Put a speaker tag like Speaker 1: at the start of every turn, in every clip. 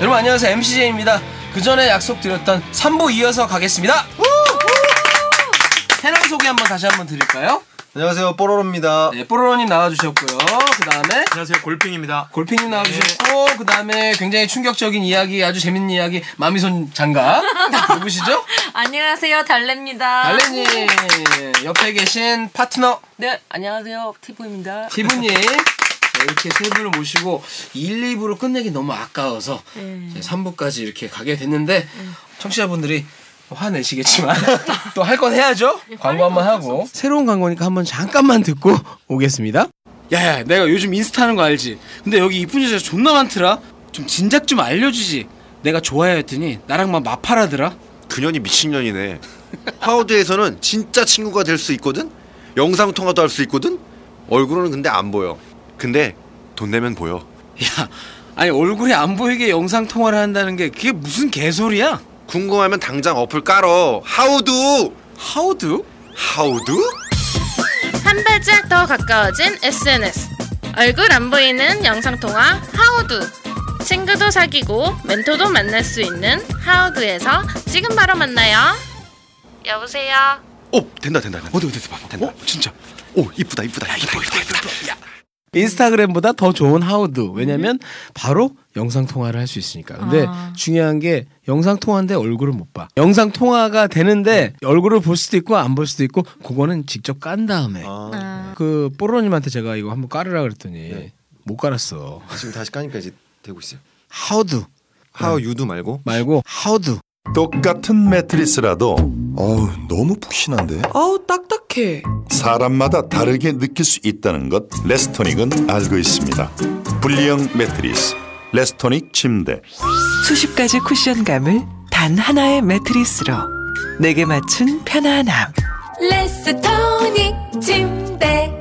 Speaker 1: 여러분 안녕하세요 MCJ입니다. 그 전에 약속드렸던 3부 이어서 가겠습니다. 해랑 소개 한번 다시 한번 드릴까요?
Speaker 2: 안녕하세요 뽀로로입니다.
Speaker 1: 네, 뽀로로님 나와주셨고요. 그 다음에
Speaker 3: 안녕하세요 골핑입니다. 네.
Speaker 1: 골핀님 나와주셨고 그 다음에 굉장히 충격적인 이야기, 아주 재밌는 이야기 마미손 장가 누구시죠?
Speaker 4: 안녕하세요, 달래입니다.
Speaker 1: 알레님 옆에 계신 파트너
Speaker 4: 네, 안녕하세요, 티브입니다.
Speaker 1: 티브님 네, 이렇게 세 분을 모시고 1, 2부로 끝내기 너무 아까워서
Speaker 4: 네.
Speaker 1: 3부까지 이렇게 가게 됐는데 청취자분들이 화내시겠지만 또 할 건 해야죠. 광고 한번 하고 새로운 광고니까 한번 잠깐만 듣고 오겠습니다.
Speaker 5: 야야 내가 요즘 인스타 하는 거 알지? 근데 여기 이쁜 여자 존나 많더라 좀 진작 좀 알려주지 내가 좋아해 했더니 나랑만 마팔하더라
Speaker 2: 그년이 미친년이네. 하우드에서는 진짜 친구가 될 수 있거든. 영상 통화도 할 수 있거든. 얼굴은 근데 안 보여. 근데 돈 내면 보여.
Speaker 5: 야 아니 얼굴이 안 보이게 영상 통화를 한다는 게 그게 무슨 개소리야?
Speaker 2: 궁금하면 당장 어플 깔어. 하우드.
Speaker 5: 하우드?
Speaker 2: 하우드?
Speaker 6: 한 발짝 더 가까워진 SNS 얼굴 안 보이는 영상통화 하우두 친구도 사귀고 멘토도 만날 수 있는 하우두에서 지금 바로 만나요 여보세요
Speaker 2: 오 된다 된다. 어디 어디 봐봐. 된다. 진짜. 오 이쁘다 이쁘다. 야, 이쁘다 이쁘다 이쁘다.
Speaker 1: 인스타그램보다 더 좋은 하우드. 왜냐면 바로 영상 통화를 할 수 있으니까. 근데
Speaker 4: 아.
Speaker 1: 중요한 게 영상 통화인데 얼굴을 못 봐. 영상 통화가 되는데 얼굴을 볼 수도 있고 안 볼 수도 있고 그거는 직접 깐 다음에
Speaker 4: 아,
Speaker 1: 그 뽀로님한테 제가 이거 한번 깔으라 그랬더니 못 깔았어.
Speaker 2: 지금 다시 까니까 이제 되고 있어요.
Speaker 1: 하우드
Speaker 2: 하우유도 말고.
Speaker 1: 말고 하우드.
Speaker 7: 똑같은 매트리스라도 어우 너무 푹신한데
Speaker 8: 어우 딱딱해.
Speaker 7: 사람마다 다르게 느낄 수 있다는 것 레스토닉은 알고 있습니다 분리형 매트리스 레스토닉 침대
Speaker 8: 수십 가지 쿠션감을 단 하나의 매트리스로 내게 맞춘 편안함.
Speaker 9: 레스토닉 침대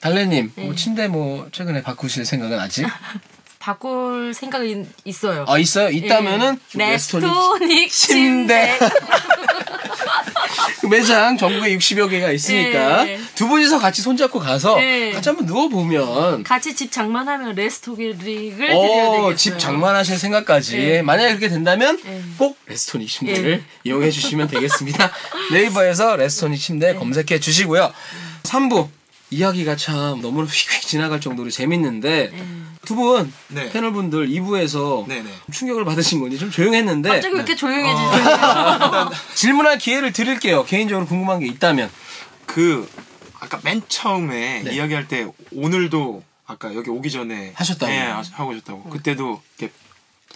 Speaker 1: 달래님
Speaker 4: 네.
Speaker 1: 뭐 침대 뭐 최근에 바꾸실 생각은 아직?
Speaker 4: 바꿀 생각이 있어요.
Speaker 1: 아 있어요? 있다면은 레스토닉
Speaker 4: 예. 네, 레스토닉
Speaker 1: 침대.
Speaker 4: 침대.
Speaker 1: 그 매장 전국에 60여 개가 있으니까
Speaker 4: 네.
Speaker 1: 두 분이서 같이 손잡고 가서
Speaker 4: 네.
Speaker 1: 같이 한번 누워보면
Speaker 4: 같이 집 장만하면 레스토닉을 드려야 되겠어요.
Speaker 1: 어, 집 장만하실 생각까지
Speaker 4: 네.
Speaker 1: 만약에 그렇게 된다면
Speaker 4: 네.
Speaker 1: 꼭 레스토닉
Speaker 4: 예.
Speaker 1: 침대를 이용해 주시면 되겠습니다 네이버에서 레스토닉
Speaker 4: 예.
Speaker 1: 침대 검색해 주시고요 3부 이야기가 참 너무나 휙휙 지나갈 정도로 재밌는데
Speaker 4: 예.
Speaker 1: 두 분
Speaker 3: 네.
Speaker 1: 패널분들 2부에서
Speaker 3: 네네.
Speaker 1: 충격을 받으신 건지 좀 조용했는데
Speaker 4: 갑자기 왜 이렇게 조용해지세요?
Speaker 1: 아. 질문할 기회를 드릴게요. 개인적으로 궁금한 게 있다면.
Speaker 3: 그 아까 맨 처음에
Speaker 1: 네.
Speaker 3: 이야기할 때 오늘도 아까 여기 오기 전에
Speaker 1: 하셨다고요?
Speaker 3: 예, 하- 하고 오셨다고. 그때도 이렇게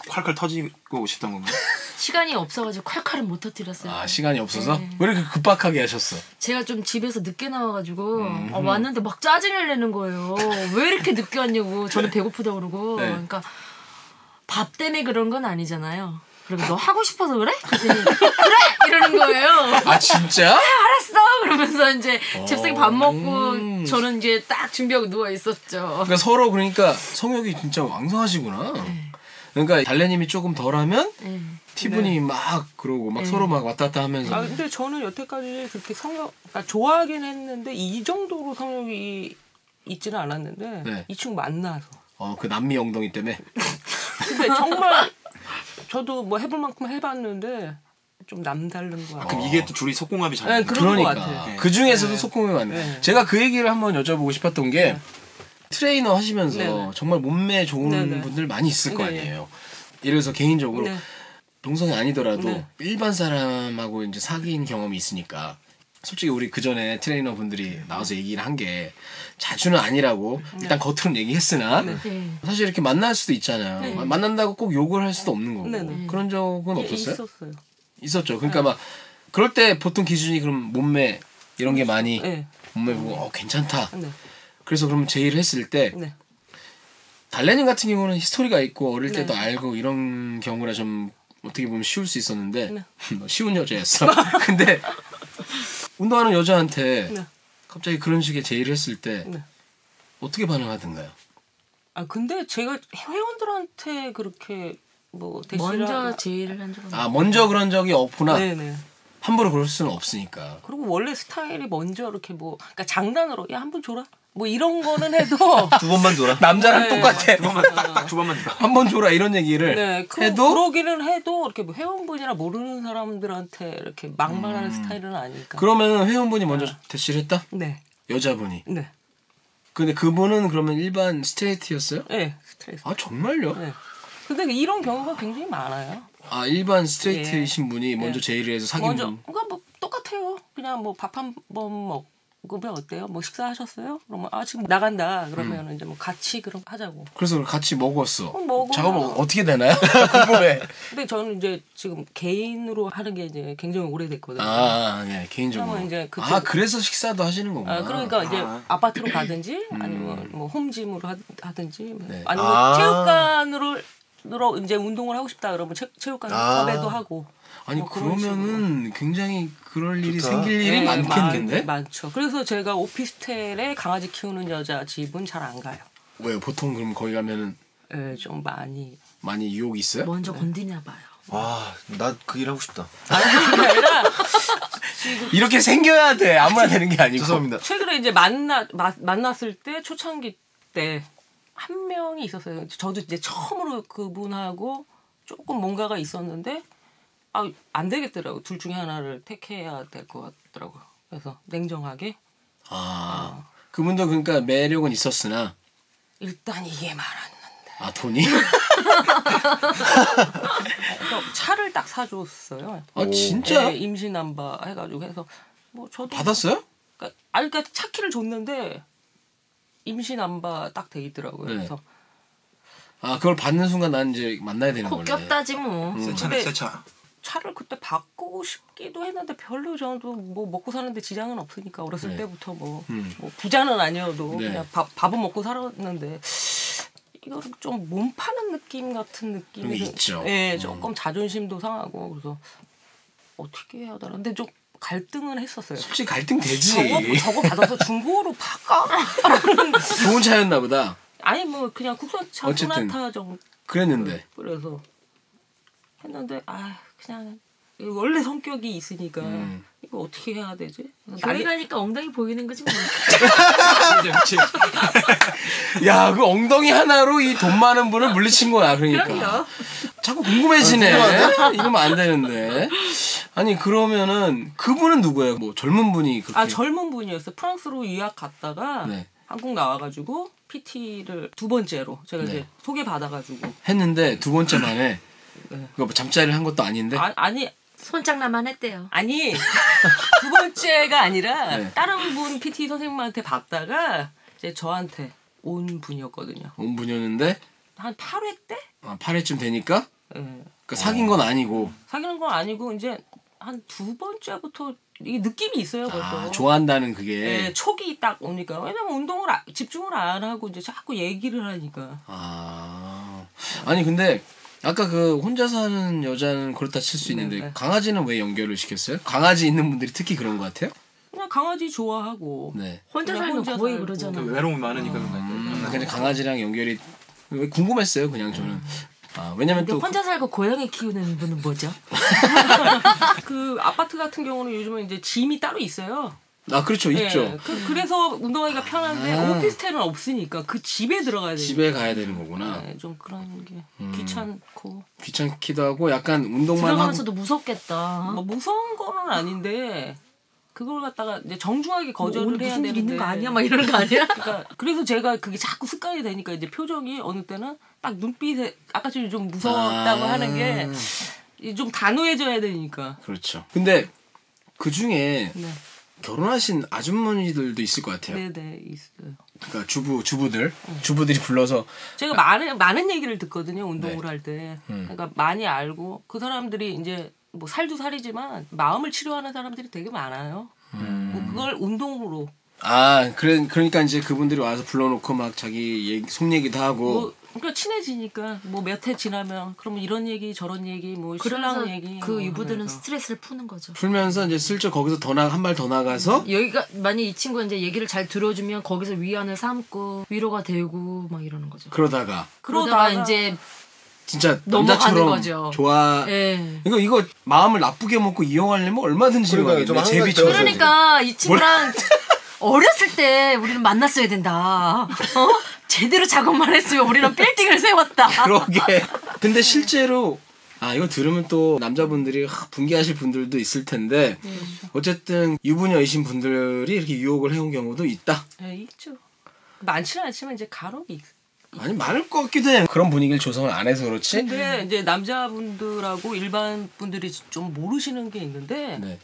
Speaker 3: 콸콸 터지고 오셨던 건가요?
Speaker 4: 시간이 없어가지고 콸콸은 못 터뜨렸어요. 네.
Speaker 1: 아 시간이 없어서 왜 이렇게 급박하게 하셨어?
Speaker 4: 제가 좀 집에서 늦게 나와가지고
Speaker 10: 음.
Speaker 4: 아, 왔는데 막 짜증을 내는 거예요. 왜 이렇게 늦게 왔냐고. 저는 배고프다 그러고.
Speaker 1: 네.
Speaker 4: 그러니까 밥 때문에 그런 건 아니잖아요. 그리고 너 하고 싶어서 그래? 그랬더니 그래 이러는 거예요.
Speaker 1: 아 진짜?
Speaker 4: 알았어 그러면서 이제
Speaker 10: 어.
Speaker 4: 잽싸게 밥 먹고
Speaker 1: 음.
Speaker 4: 저는 이제 딱 준비하고 누워 있었죠.
Speaker 1: 그러니까 서로 그러니까 성욕이 진짜 왕성하시구나.
Speaker 4: 예.
Speaker 1: 그러니까 달래님이 조금 덜하면
Speaker 10: 네.
Speaker 1: 티분이 막 그러고 막 서로 막 왔다 갔다 하면서
Speaker 10: 아 근데 저는 여태까지 그렇게 성욕, 그러니까 좋아하긴 했는데 이 정도로 성욕이 있지는 않았는데
Speaker 1: 네.
Speaker 10: 이 친구 만나서
Speaker 1: 어 그 남미 엉덩이 때문에
Speaker 10: 근데 정말 저도 뭐 해볼 만큼 해봤는데 좀 남다른 거
Speaker 3: 아,
Speaker 10: 같아요.
Speaker 3: 그럼 이게 또 둘이 속공합이 잘
Speaker 10: 네,
Speaker 3: 맞나요?
Speaker 10: 그런 것
Speaker 1: 어, 그러니까
Speaker 10: 같아요.
Speaker 1: 그 중에서도 속공이 많네.
Speaker 10: 네.
Speaker 1: 제가 그 얘기를 한번 여쭤보고 싶었던 게 트레이너 하시면서
Speaker 10: 네, 네.
Speaker 1: 정말 몸매 좋은
Speaker 10: 네, 네.
Speaker 1: 분들 많이 있을 거
Speaker 10: 네, 네.
Speaker 1: 아니에요. 예를 들어서 개인적으로
Speaker 10: 네.
Speaker 1: 동성이 아니더라도
Speaker 10: 네.
Speaker 1: 일반 사람하고 이제 사귄 경험이 있으니까 솔직히 우리 그 전에 트레이너 분들이
Speaker 10: 네.
Speaker 1: 나와서 얘기를 한 게 자주는 아니라고 일단 겉으로는 얘기했으나
Speaker 4: 네.
Speaker 1: 사실 이렇게 만날 수도 있잖아요.
Speaker 10: 네.
Speaker 1: 만난다고 꼭 욕을 할 수도 없는 거고
Speaker 10: 네, 네.
Speaker 1: 그런 적은
Speaker 10: 예,
Speaker 1: 없었어요?
Speaker 10: 있었어요. 네.
Speaker 1: 있었죠. 그러니까 막 그럴 때 보통 기준이 그럼 몸매 이런 게 많이
Speaker 10: 네.
Speaker 1: 몸매 보고 어 뭐, 괜찮다.
Speaker 10: 네.
Speaker 1: 그래서 그럼 제의를 했을 때
Speaker 10: 네.
Speaker 1: 발레린 같은 경우는 히스토리가 있고 어릴
Speaker 10: 네.
Speaker 1: 때도 알고 이런 경우라 좀 어떻게 보면 쉬울 수 있었는데
Speaker 10: 네.
Speaker 1: 너 쉬운 여자였어. 근데 운동하는 여자한테
Speaker 10: 네.
Speaker 1: 갑자기 그런 식의 제의를 했을 때
Speaker 10: 네.
Speaker 1: 어떻게 반응하던가요?
Speaker 10: 아 근데 제가 회원들한테 그렇게 뭐 대시를
Speaker 4: 먼저
Speaker 10: 하거나-
Speaker 4: 제의를 한 적은
Speaker 1: 아 먼저 그런 적이 없구나.
Speaker 10: 네네.
Speaker 1: 함부로 그럴 수는 없으니까.
Speaker 10: 그리고 원래 스타일이 먼저 이렇게 뭐 그러니까 장난으로 야 한 번 줘라 뭐 이런 거는 해도
Speaker 1: 두 번만 돌아. 남자랑
Speaker 10: 네.
Speaker 1: 똑같아.
Speaker 10: 두 번만-
Speaker 3: 딱 두 번만 더.
Speaker 1: 한 번 줘라 이런 얘기를
Speaker 10: 네, 그,
Speaker 1: 해도
Speaker 10: 그러기는 해도 이렇게 뭐 회원분이나 모르는 사람들한테 이렇게 막말하는 스타일은 아니니까.
Speaker 1: 음. 그러면 회원분이 먼저 대시를 했다.
Speaker 10: 네,
Speaker 1: 여자분이.
Speaker 10: 네,
Speaker 1: 근데 그분은 그러면 일반 스트레이트였어요?
Speaker 10: 네, 스트레스.
Speaker 1: 아 정말요?
Speaker 10: 네. 근데 이런 경우가 굉장히 많아요.
Speaker 1: 아 일반 스트레이트이신 분이 먼저 제의를 해서 사귄
Speaker 10: 예. 먼저,
Speaker 1: 분.
Speaker 10: 그러니까 뭐 똑같아요. 그냥 뭐 밥 한 번 먹으면 어때요? 뭐 식사하셨어요? 그러면 아 지금 나간다. 그러면 이제 뭐 같이 그럼 하자고.
Speaker 1: 그래서 같이 먹었어.
Speaker 10: 그럼 먹어요.
Speaker 1: 작업은 어떻게 되나요? 궁금해.
Speaker 10: 근데 저는 이제 지금 개인으로 하는 게 이제 굉장히 오래됐거든요.
Speaker 1: 아, 예, 개인적으로.
Speaker 10: 그러면 이제 그쪽-
Speaker 1: 아, 그래서 식사도 하시는 거구나.
Speaker 10: 아, 그러니까 이제
Speaker 3: 아.
Speaker 10: 아파트로 가든지 아니면 뭐 홈짐으로 하- 하든지 뭐
Speaker 1: 음. 네.
Speaker 10: 아니면
Speaker 2: 아.
Speaker 10: 체육관으로 으로 이제 운동을 하고 싶다 그러면 체, 체육관
Speaker 2: 아.
Speaker 10: 섭외도 하고
Speaker 1: 아니
Speaker 10: 뭐 그런
Speaker 1: 그러면은 굉장히 그럴 일이
Speaker 2: 좋다.
Speaker 1: 생길 일이
Speaker 10: 네,
Speaker 1: 많겠는데?
Speaker 10: 많, 죠 그래서 제가 오피스텔에 강아지 키우는 여자 집은 잘 안 가요.
Speaker 1: 왜요? 보통 그럼 거기 가면은
Speaker 10: 예, 좀 많이
Speaker 1: 많이 유혹이 있어요?
Speaker 10: 뭐. 네.
Speaker 4: 먼저 건드냐 봐요.
Speaker 2: 와, 나 그 일 하고 싶다.
Speaker 1: 이렇게 생겨야 돼. 아무나 되는 게 아니고.
Speaker 2: 죄송합니다.
Speaker 10: 최근에 이제 만나 마- 만났을 때 초창기 때 한 명이 있었어요. 저도 이제 처음으로 그분하고 조금 뭔가가 있었는데 아 안 되겠더라고. 둘 중에 하나를 택해야 될 것 같더라고요. 그래서 냉정하게
Speaker 1: 아, 그분도 그러니까 매력은 있었으나
Speaker 10: 일단 이게 말았는데
Speaker 1: 아 돈이.
Speaker 10: 그러니까 차를 딱 사줬어요.
Speaker 1: 아 진짜?
Speaker 10: 예, 임신 남바 해가지고 해서 뭐 저도
Speaker 1: 받았어요?
Speaker 10: 그러니까, 아니, 그러니까 차 키를 줬는데 임신 남바 딱 돼 있더라고요.
Speaker 1: 네.
Speaker 10: 그래서
Speaker 1: 아 그걸 받는 순간 난 이제 만나야 되는
Speaker 4: 코
Speaker 1: 거네.
Speaker 4: 꼈다지 뭐.
Speaker 3: 새 차네,
Speaker 10: 음. 근데-
Speaker 3: 새 차.
Speaker 10: 차를 그때 바꾸고 싶기도 했는데 별로 저도 뭐 먹고 사는데 지장은 없으니까 어렸을
Speaker 1: 네.
Speaker 10: 때부터 뭐,
Speaker 1: 음.
Speaker 10: 뭐 부자는 아니어도
Speaker 1: 네.
Speaker 10: 그냥 밥, 밥은 먹고 살았는데 이거는 좀 몸 파는 느낌 같은 느낌이
Speaker 1: 음,
Speaker 10: 좀-
Speaker 1: 있죠.
Speaker 10: 예,
Speaker 1: 음.
Speaker 10: 조금 자존심도 상하고 그래서 어떻게 해야 되나 근데 좀 갈등은 했었어요.
Speaker 1: 솔직히 갈등
Speaker 10: 저거,
Speaker 1: 되지.
Speaker 10: 저거 받아서 중고로 바꿔
Speaker 1: 좋은 차였나 보다.
Speaker 10: 아니 뭐 그냥 국산차
Speaker 1: 어쨌든.
Speaker 10: 소나타 정도 음.
Speaker 1: 그랬는데.
Speaker 10: 그래서 했는데 아 그냥 원래 성격이 있으니까
Speaker 1: 음.
Speaker 10: 이거 어떻게 해야 되지?
Speaker 4: 교회
Speaker 10: 나게
Speaker 4: 가니까 엉덩이 보이는 거지 뭐.
Speaker 1: 야, 그 엉덩이 하나로 이 돈 많은 분을 물리친 거야. 그러니까. 자꾸 궁금해지네. 이러면 안 되는데. 아니, 그러면은 그분은 누구예요? 뭐 젊은 분이 그렇게
Speaker 10: 아 젊은 분이었어요. 프랑스로 유학 갔다가
Speaker 1: 네.
Speaker 10: 한국 나와가지고 PT를 두 번째로 제가
Speaker 1: 네.
Speaker 10: 이제 소개 받아가지고
Speaker 1: 했는데 두 번째 만에
Speaker 10: 네.
Speaker 1: 그거 뭐 잠자리를 한 것도 아닌데.
Speaker 10: 아, 아니
Speaker 4: 손장난만 했대요.
Speaker 10: 아니 두 번째가 아니라
Speaker 1: 네.
Speaker 10: 다른 분 PT 선생님한테 받다가 이제 저한테 온 분이었거든요.
Speaker 1: 온 분이었는데
Speaker 10: 한 8회 때
Speaker 1: 아, 8회쯤 되니까
Speaker 10: 예.
Speaker 1: 그 사귄 건 아니고
Speaker 10: 사귀는 건 아니고 이제 한 두 번째부터 이 느낌이 있어요. 벌써.
Speaker 1: 아, 좋아한다는 그게
Speaker 10: 예, 촉이 딱 오니까 왜냐면 운동을 아- 집중을 안 하고 이제 자꾸 얘기를 하니까
Speaker 1: 아 아니 근데 아까 그 혼자 사는 여자는 그렇다 칠 수 있는데
Speaker 10: 네, 네.
Speaker 1: 강아지는 왜 연결을 시켰어요? 강아지 있는 분들이 특히 그런 것 같아요.
Speaker 10: 그냥 강아지 좋아하고
Speaker 1: 네.
Speaker 4: 혼자
Speaker 10: 그냥
Speaker 4: 살면
Speaker 10: 혼자
Speaker 4: 거의
Speaker 10: 살고.
Speaker 4: 그러잖아.
Speaker 3: 그 외로움이 많으니까 그런 거
Speaker 1: 음,
Speaker 3: 같아요.
Speaker 1: 그냥 강아지랑 연결이 왜 궁금했어요. 그냥 저는 아 왜냐면
Speaker 4: 근데
Speaker 1: 또
Speaker 4: 혼자 살고 고양이 키우는 분은 뭐죠?
Speaker 10: 그 아파트 같은 경우는 요즘은 이제 짐이 따로 있어요.
Speaker 1: 아 그렇죠
Speaker 10: 예,
Speaker 1: 있죠.
Speaker 10: 그, 그래서 운동하기가 편한데
Speaker 1: 아.
Speaker 10: 오피스텔은 없으니까 그 집에 들어가야 되니까
Speaker 1: 집에 음. 가야 되는 거구나.
Speaker 10: 예, 좀 그런 게 귀찮고
Speaker 1: 귀찮기도 하고 약간 운동만 하고
Speaker 4: 들어가면서도 무섭겠다.
Speaker 10: 뭐 무서운 거는 아닌데 그걸 갖다가 이제 정중하게
Speaker 4: 뭐
Speaker 10: 거절을
Speaker 4: 오늘
Speaker 10: 해야
Speaker 4: 무슨 일
Speaker 10: 되는데
Speaker 4: 있는 거 아니야? 막 이런 거 아니야?
Speaker 10: 그러니까 그래서 제가 그게 자꾸 습관이 되니까 이제 표정이 어느 때는 딱 눈빛에 아까처럼 좀 무서웠다고
Speaker 1: 아.
Speaker 10: 하는 게 좀 단호해져야 되니까.
Speaker 1: 그렇죠. 근데 그 중에
Speaker 10: 네,
Speaker 1: 결혼하신 아주머니들도 있을 것 같아요.
Speaker 10: 네, 네 있어요.
Speaker 1: 그러니까 주부 주부들 주부들이 불러서
Speaker 4: 아.
Speaker 10: 제가 많은 많은 얘기를 듣거든요 운동을
Speaker 1: 네.
Speaker 10: 할 때.
Speaker 4: 음.
Speaker 10: 그러니까 많이 알고 그 사람들이 이제 뭐 살도 살이지만 마음을 치료하는 사람들이 되게 많아요.
Speaker 4: 음.
Speaker 10: 뭐 그걸 운동으로
Speaker 1: 아, 그래, 그러니까 이제 그분들이 와서 불러놓고 막 자기 얘기, 속 얘기도 하고.
Speaker 10: 뭐 그러니까 친해지니까 뭐 몇 해 지나면 그러면 이런 얘기 저런 얘기 뭐
Speaker 4: 그러면서
Speaker 10: 신랑 얘기
Speaker 4: 그
Speaker 10: 뭐
Speaker 4: 유부들은
Speaker 10: 하면서.
Speaker 4: 스트레스를 푸는 거죠.
Speaker 1: 풀면서 이제 슬쩍 거기서 더 나, 한 발 더 나가서
Speaker 4: 여기가 만약 이 친구가 이제 얘기를 잘 들어주면 거기서 위안을 삼고 위로가 되고 막 이러는 거죠.
Speaker 1: 그러다가
Speaker 4: 그러다가,
Speaker 10: 그러다가
Speaker 4: 이제
Speaker 1: 진짜
Speaker 4: 넘어가는
Speaker 1: 남자처럼
Speaker 4: 거죠.
Speaker 1: 좋아.
Speaker 4: 예.
Speaker 1: 이거 이거 마음을 나쁘게 먹고 이용하려면 얼마든지
Speaker 2: 그러니까요, 좀
Speaker 1: 이용하겠네.
Speaker 2: 한가위
Speaker 1: 제비처럼.
Speaker 2: 떨어져야지.
Speaker 4: 그러니까 이 친구랑 어렸을 때 우리는 만났어야 된다. 어? 제대로 작업만 했으면 우리는 빌딩을 세웠다.
Speaker 1: 그러게. 근데 실제로 아 이거 들으면 또 남자분들이 하, 분개하실 분들도 있을 텐데
Speaker 4: 음.
Speaker 1: 어쨌든 유부녀이신 분들이 이렇게 유혹을 해온 경우도 있다.
Speaker 4: 네,
Speaker 10: 예, 있죠. 많지는 않지만 이제 간혹 있.
Speaker 1: 아니 많을 것 같기도 해. 그런 분위기를 조성을 안 해서 그렇지.
Speaker 10: 근데 이제 남자분들하고 일반 분들이 좀 모르시는 게 있는데
Speaker 4: 음.
Speaker 1: 네.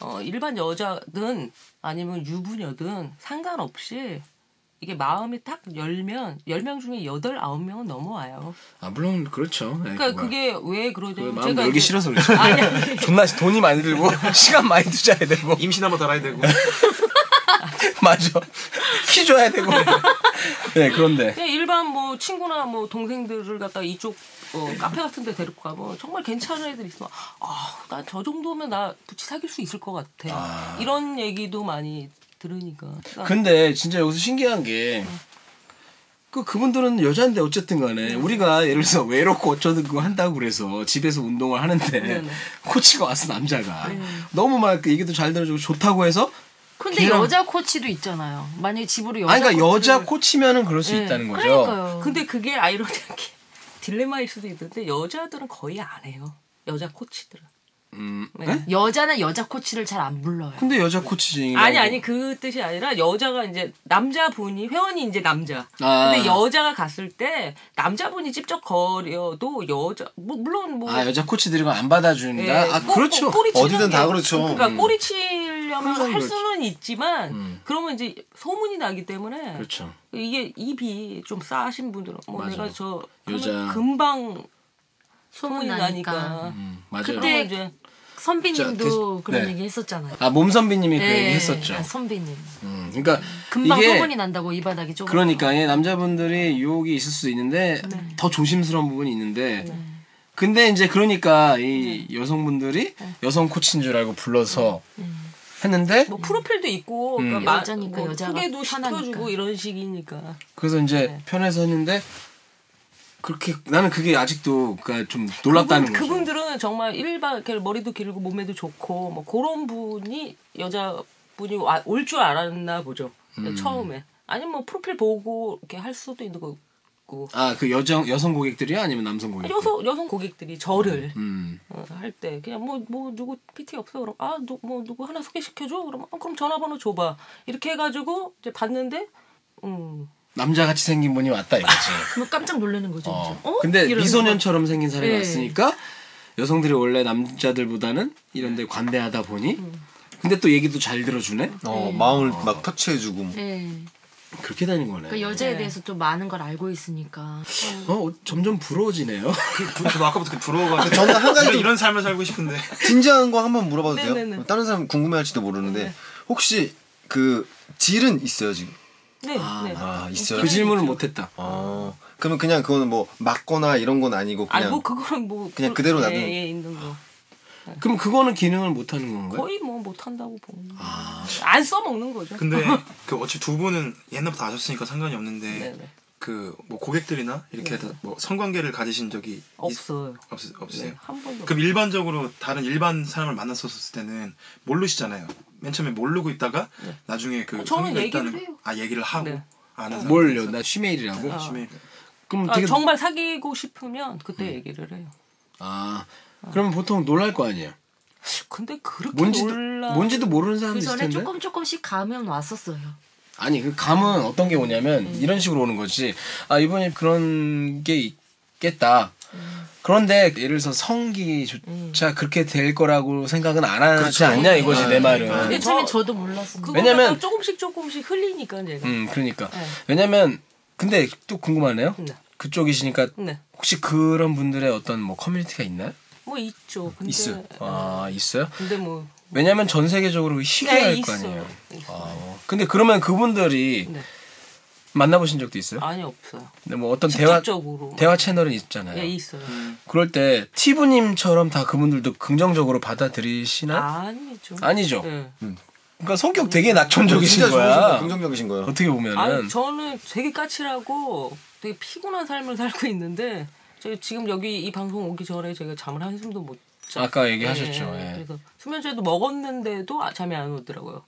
Speaker 10: 어, 일반 여자든 아니면 유부녀든 상관없이 이게 마음이 딱 열면 열 명 중에 여덟 아홉 명은 넘어와요.
Speaker 1: 아 물론 그렇죠. 네,
Speaker 10: 그러니까
Speaker 1: 그거야.
Speaker 10: 그게 왜 그러냐면
Speaker 1: 마음 열기
Speaker 10: 이제-
Speaker 1: 싫어서 그렇죠.
Speaker 10: 아니, 아니.
Speaker 1: 존나 돈이 많이 들고 시간 많이 투자해야 되고
Speaker 3: 음. 임신 한번 달아야 되고
Speaker 1: 맞아 키 줘야 되고 네 그런데
Speaker 10: 그냥 일반 뭐 친구나 뭐 동생들을 갖다 이쪽 어, 카페 같은 데 데리고 가면 정말 괜찮은 애들 있으면 아, 나 저 정도면 나 부치 사귈 수 있을 것 같아. 이런 얘기도 많이 들으니까. 그러니까
Speaker 1: 근데 진짜 여기서 신기한 게 그, 그분들은 여자인데 어쨌든
Speaker 10: 네.
Speaker 1: 간에 우리가 예를 들어서 외롭고 어쩌든 그거 한다고 그래서 집에서 운동을 하는데
Speaker 10: 네네. 네.
Speaker 1: 코치가 왔어 남자가 너무 막 그 얘기도 잘 들어주고 좋다고 해서
Speaker 4: 근데
Speaker 1: 걔랑-
Speaker 4: 여자 코치도 있잖아요. 만약에 집으로 여자
Speaker 1: 아니 그러니까 여자
Speaker 4: 코치를-
Speaker 1: 코치면은 그럴 수
Speaker 10: 네.
Speaker 1: 있다는 거죠
Speaker 4: 그러니까요.
Speaker 10: 근데 그게 아이러니한 게 딜레마일 수도 있는데 여자들은 거의 안 해요. 여자 코치들은.
Speaker 1: 음.
Speaker 10: 네.
Speaker 4: 여자는 여자 코치를 잘 안 불러요.
Speaker 1: 근데 여자 코치지
Speaker 10: 아니 아니 그 뜻이 아니라 여자가 이제 남자분이 회원이 이제 남자.
Speaker 1: 아.
Speaker 10: 근데 여자가 갔을 때 남자분이 찝쩍거려도 여자 뭐 물론 뭐
Speaker 1: 아 여자 코치들이 그걸 안 받아준다
Speaker 10: 예,
Speaker 1: 아
Speaker 10: 꼬-
Speaker 1: 그렇죠
Speaker 10: 꼬- 꼬리 치는
Speaker 2: 어디든 다
Speaker 10: 게-
Speaker 2: 그렇죠.
Speaker 10: 그러니까
Speaker 2: 음.
Speaker 10: 꼬리 치려면
Speaker 1: 항상
Speaker 10: 할
Speaker 1: 그렇죠.
Speaker 10: 수는 있지만
Speaker 1: 음.
Speaker 10: 그러면 이제 소문이 나기 때문에
Speaker 1: 그렇죠
Speaker 10: 이게 입이 좀 싸신 분들은 뭐
Speaker 1: 맞아요.
Speaker 10: 내가 저 하면
Speaker 1: 여자.
Speaker 10: 금방
Speaker 4: 소문
Speaker 10: 소문이
Speaker 4: 나니까.
Speaker 10: 나니까.
Speaker 1: 음, 맞아요
Speaker 10: 그때 이제
Speaker 4: 선비님도
Speaker 1: 자, 대-
Speaker 4: 그런
Speaker 1: 네.
Speaker 4: 얘기 했었잖아요.
Speaker 1: 아 몸선비님이 그
Speaker 4: 예,
Speaker 1: 얘기 했었죠
Speaker 4: 아, 선비님.
Speaker 1: 음, 그러니까
Speaker 4: 금방
Speaker 1: 이게
Speaker 4: 소문이 난다고 이 바닥이 좀.
Speaker 1: 그러니까 예, 남자분들이 유혹이 있을 수도 있는데 더 조심스러운 부분이 있는데 근데 이제 그러니까 이 여성분들이 여성 코치인 줄 알고 불러서 했는데
Speaker 10: 뭐 프로필도 있고
Speaker 1: 음.
Speaker 10: 그러니까 마-
Speaker 4: 음. 여자니까
Speaker 10: 뭐
Speaker 4: 여자가
Speaker 10: 소개도
Speaker 4: 편하니까.
Speaker 10: 시켜주고 이런 식이니까
Speaker 1: 그래서 이제 편해서 했는데 그렇게 나는 그게 아직도 그니까 좀 놀랍다는 거죠.
Speaker 10: 그분들은 정말 일반 이렇게 머리도 길고 몸매도 좋고 뭐 그런 분이 여자분이 올 줄 알았나 보죠 처음에 아니면 뭐 프로필 보고 이렇게 할 수도 있는 거고
Speaker 1: 아그 여정 여성 고객들이야 아니면 남성 고객?
Speaker 10: 여성 여성 고객들이 저를
Speaker 1: 음.
Speaker 10: 할 때 그냥 뭐 뭐 누구 PT 없어 그럼 아 누 뭐 누구 하나 소개시켜 줘 그럼 어, 그럼 전화번호 줘봐 이렇게 해가지고 이제 봤는데 음
Speaker 1: 남자 같이 생긴 분이 왔다 이거지.
Speaker 4: 그러면 깜짝 놀라는 거죠.
Speaker 1: 어.
Speaker 4: 이제. 어?
Speaker 1: 근데
Speaker 4: 이러면서.
Speaker 1: 미소년처럼 생긴 사람이
Speaker 4: 예.
Speaker 1: 왔으니까 여성들이 원래 남자들보다는 이런데 관대하다 보니
Speaker 4: 음.
Speaker 1: 근데 또 얘기도 잘 들어주네.
Speaker 2: 어, 마음을 막 터치해주고.
Speaker 4: 네.
Speaker 1: 그렇게 되는 거네.
Speaker 4: 그러니까 여자에
Speaker 10: 네.
Speaker 4: 대해서 좀 많은 걸 알고 있으니까.
Speaker 1: 어, 어, 점점 부러워지네요.
Speaker 3: 그, 저도 아까부터 그 부러워가지고
Speaker 2: 저는 한 가지
Speaker 3: 내가
Speaker 2: 좀-
Speaker 3: 이런 삶을 살고 싶은데
Speaker 2: 진지한 거 한번 물어봐도 돼요?
Speaker 10: 네네네.
Speaker 2: 다른 사람 궁금해할지도 모르는데 혹시 그 질은 있어요 지금?
Speaker 10: 네, 네.
Speaker 2: 아 있어요.
Speaker 1: 그 질문을 못했다.
Speaker 2: 어 그러면 그냥 그거는 뭐 맞거나 이런 건 아니고 그냥
Speaker 10: 아니 뭐 그거는 뭐
Speaker 2: 그냥
Speaker 10: 그-
Speaker 2: 그대로
Speaker 10: 예,
Speaker 2: 놔둔-
Speaker 10: 예, 있는 거
Speaker 1: 그럼 그거는 기능을 못하는 건가요?
Speaker 10: 거의 뭐 못한다고 보는 거안
Speaker 1: 아.
Speaker 10: 써먹는 거죠.
Speaker 3: 근데 그 어차피 두 분은 옛날부터 아셨으니까 상관이 없는데
Speaker 10: 네네.
Speaker 3: 그 뭐 고객들이나 이렇게 다 뭐 성관계를 가지신 적이 있-
Speaker 10: 없어요.
Speaker 3: 없,
Speaker 10: 네,
Speaker 3: 없으세요?
Speaker 10: 한 번도.
Speaker 3: 그럼 일반적으로 다른 일반 사람을 만났었을 때는 모르시잖아요. 맨 처음에 모르고 있다가 나중에 그
Speaker 10: 아, 저는
Speaker 3: 관계가
Speaker 10: 얘기를
Speaker 3: 있다는-
Speaker 10: 해요.
Speaker 3: 아 얘기를 하고
Speaker 10: 네.
Speaker 3: 아는 사람
Speaker 1: 뭘요? 나 쉬메일이라고?
Speaker 10: 아.
Speaker 3: 심해.
Speaker 1: 그럼
Speaker 10: 아,
Speaker 1: 되게 음.
Speaker 10: 정말 사귀고 싶으면 그때 얘기를 해요.
Speaker 1: 아, 그러면 보통 놀랄 거 아니에요.
Speaker 10: 근데 그렇게
Speaker 1: 뭔지도
Speaker 10: 놀라.
Speaker 1: 뭔지도 모르는 사람도
Speaker 4: 그
Speaker 1: 있을
Speaker 4: 전에
Speaker 1: 텐데.
Speaker 4: 조금 조금씩 가면 왔었어요.
Speaker 1: 아니 그 감은 어떤 게 오냐면
Speaker 10: 음.
Speaker 1: 이런 식으로 오는 거지. 아 이번에 그런 게 있겠다.
Speaker 10: 음.
Speaker 1: 그런데 예를 들어서 성기조차 그렇게 될 거라고 생각은 안 하지 않냐 이거지 내 말은.
Speaker 10: 근데
Speaker 4: 처음에
Speaker 10: 저-
Speaker 4: 저도 몰랐어요.
Speaker 10: 그거
Speaker 1: 왜냐면-
Speaker 10: 갖다가 조금씩 조금씩 흘리니까 내가.
Speaker 1: 음 그러니까 왜냐면 근데 또 궁금하네요.
Speaker 10: 네.
Speaker 1: 그쪽이시니까
Speaker 10: 네.
Speaker 1: 혹시 그런 분들의 어떤 뭐 커뮤니티가 있나요?
Speaker 10: 뭐 있죠. 근데
Speaker 1: 있어요. 아 있어요?
Speaker 10: 근데 뭐
Speaker 1: 왜냐면 전 세계적으로 희귀할
Speaker 10: 네,
Speaker 1: 거
Speaker 10: 있어요.
Speaker 1: 아니에요.
Speaker 10: 있어요.
Speaker 1: 아, 근데 그러면 그분들이
Speaker 10: 네.
Speaker 1: 만나보신 적도 있어요?
Speaker 10: 아니 없어요.
Speaker 1: 근데 뭐 어떤 대화
Speaker 10: 직접적으로.
Speaker 1: 대화 음. 채널은 있잖아요.
Speaker 10: 예 있어요.
Speaker 1: 그럴 때 티브님처럼 다 그분들도 긍정적으로 받아들이시나?
Speaker 10: 아니죠.
Speaker 1: 아니죠.
Speaker 10: 예.
Speaker 1: 그러니까 성격 되게
Speaker 11: 네,
Speaker 1: 낙천적이신 거야.
Speaker 2: 긍정적이신 거예요.
Speaker 1: 어떻게 보면은
Speaker 10: 아니 저는 되게 까칠하고 되게 피곤한 삶을 살고 있는데 저 지금 여기 이 방송 오기 전에 제가 잠을 한숨도 못 자.
Speaker 1: 아까 얘기하셨죠, 예.
Speaker 10: 그래서 수면제도 먹었는데도 아, 잠이 안 오더라고요.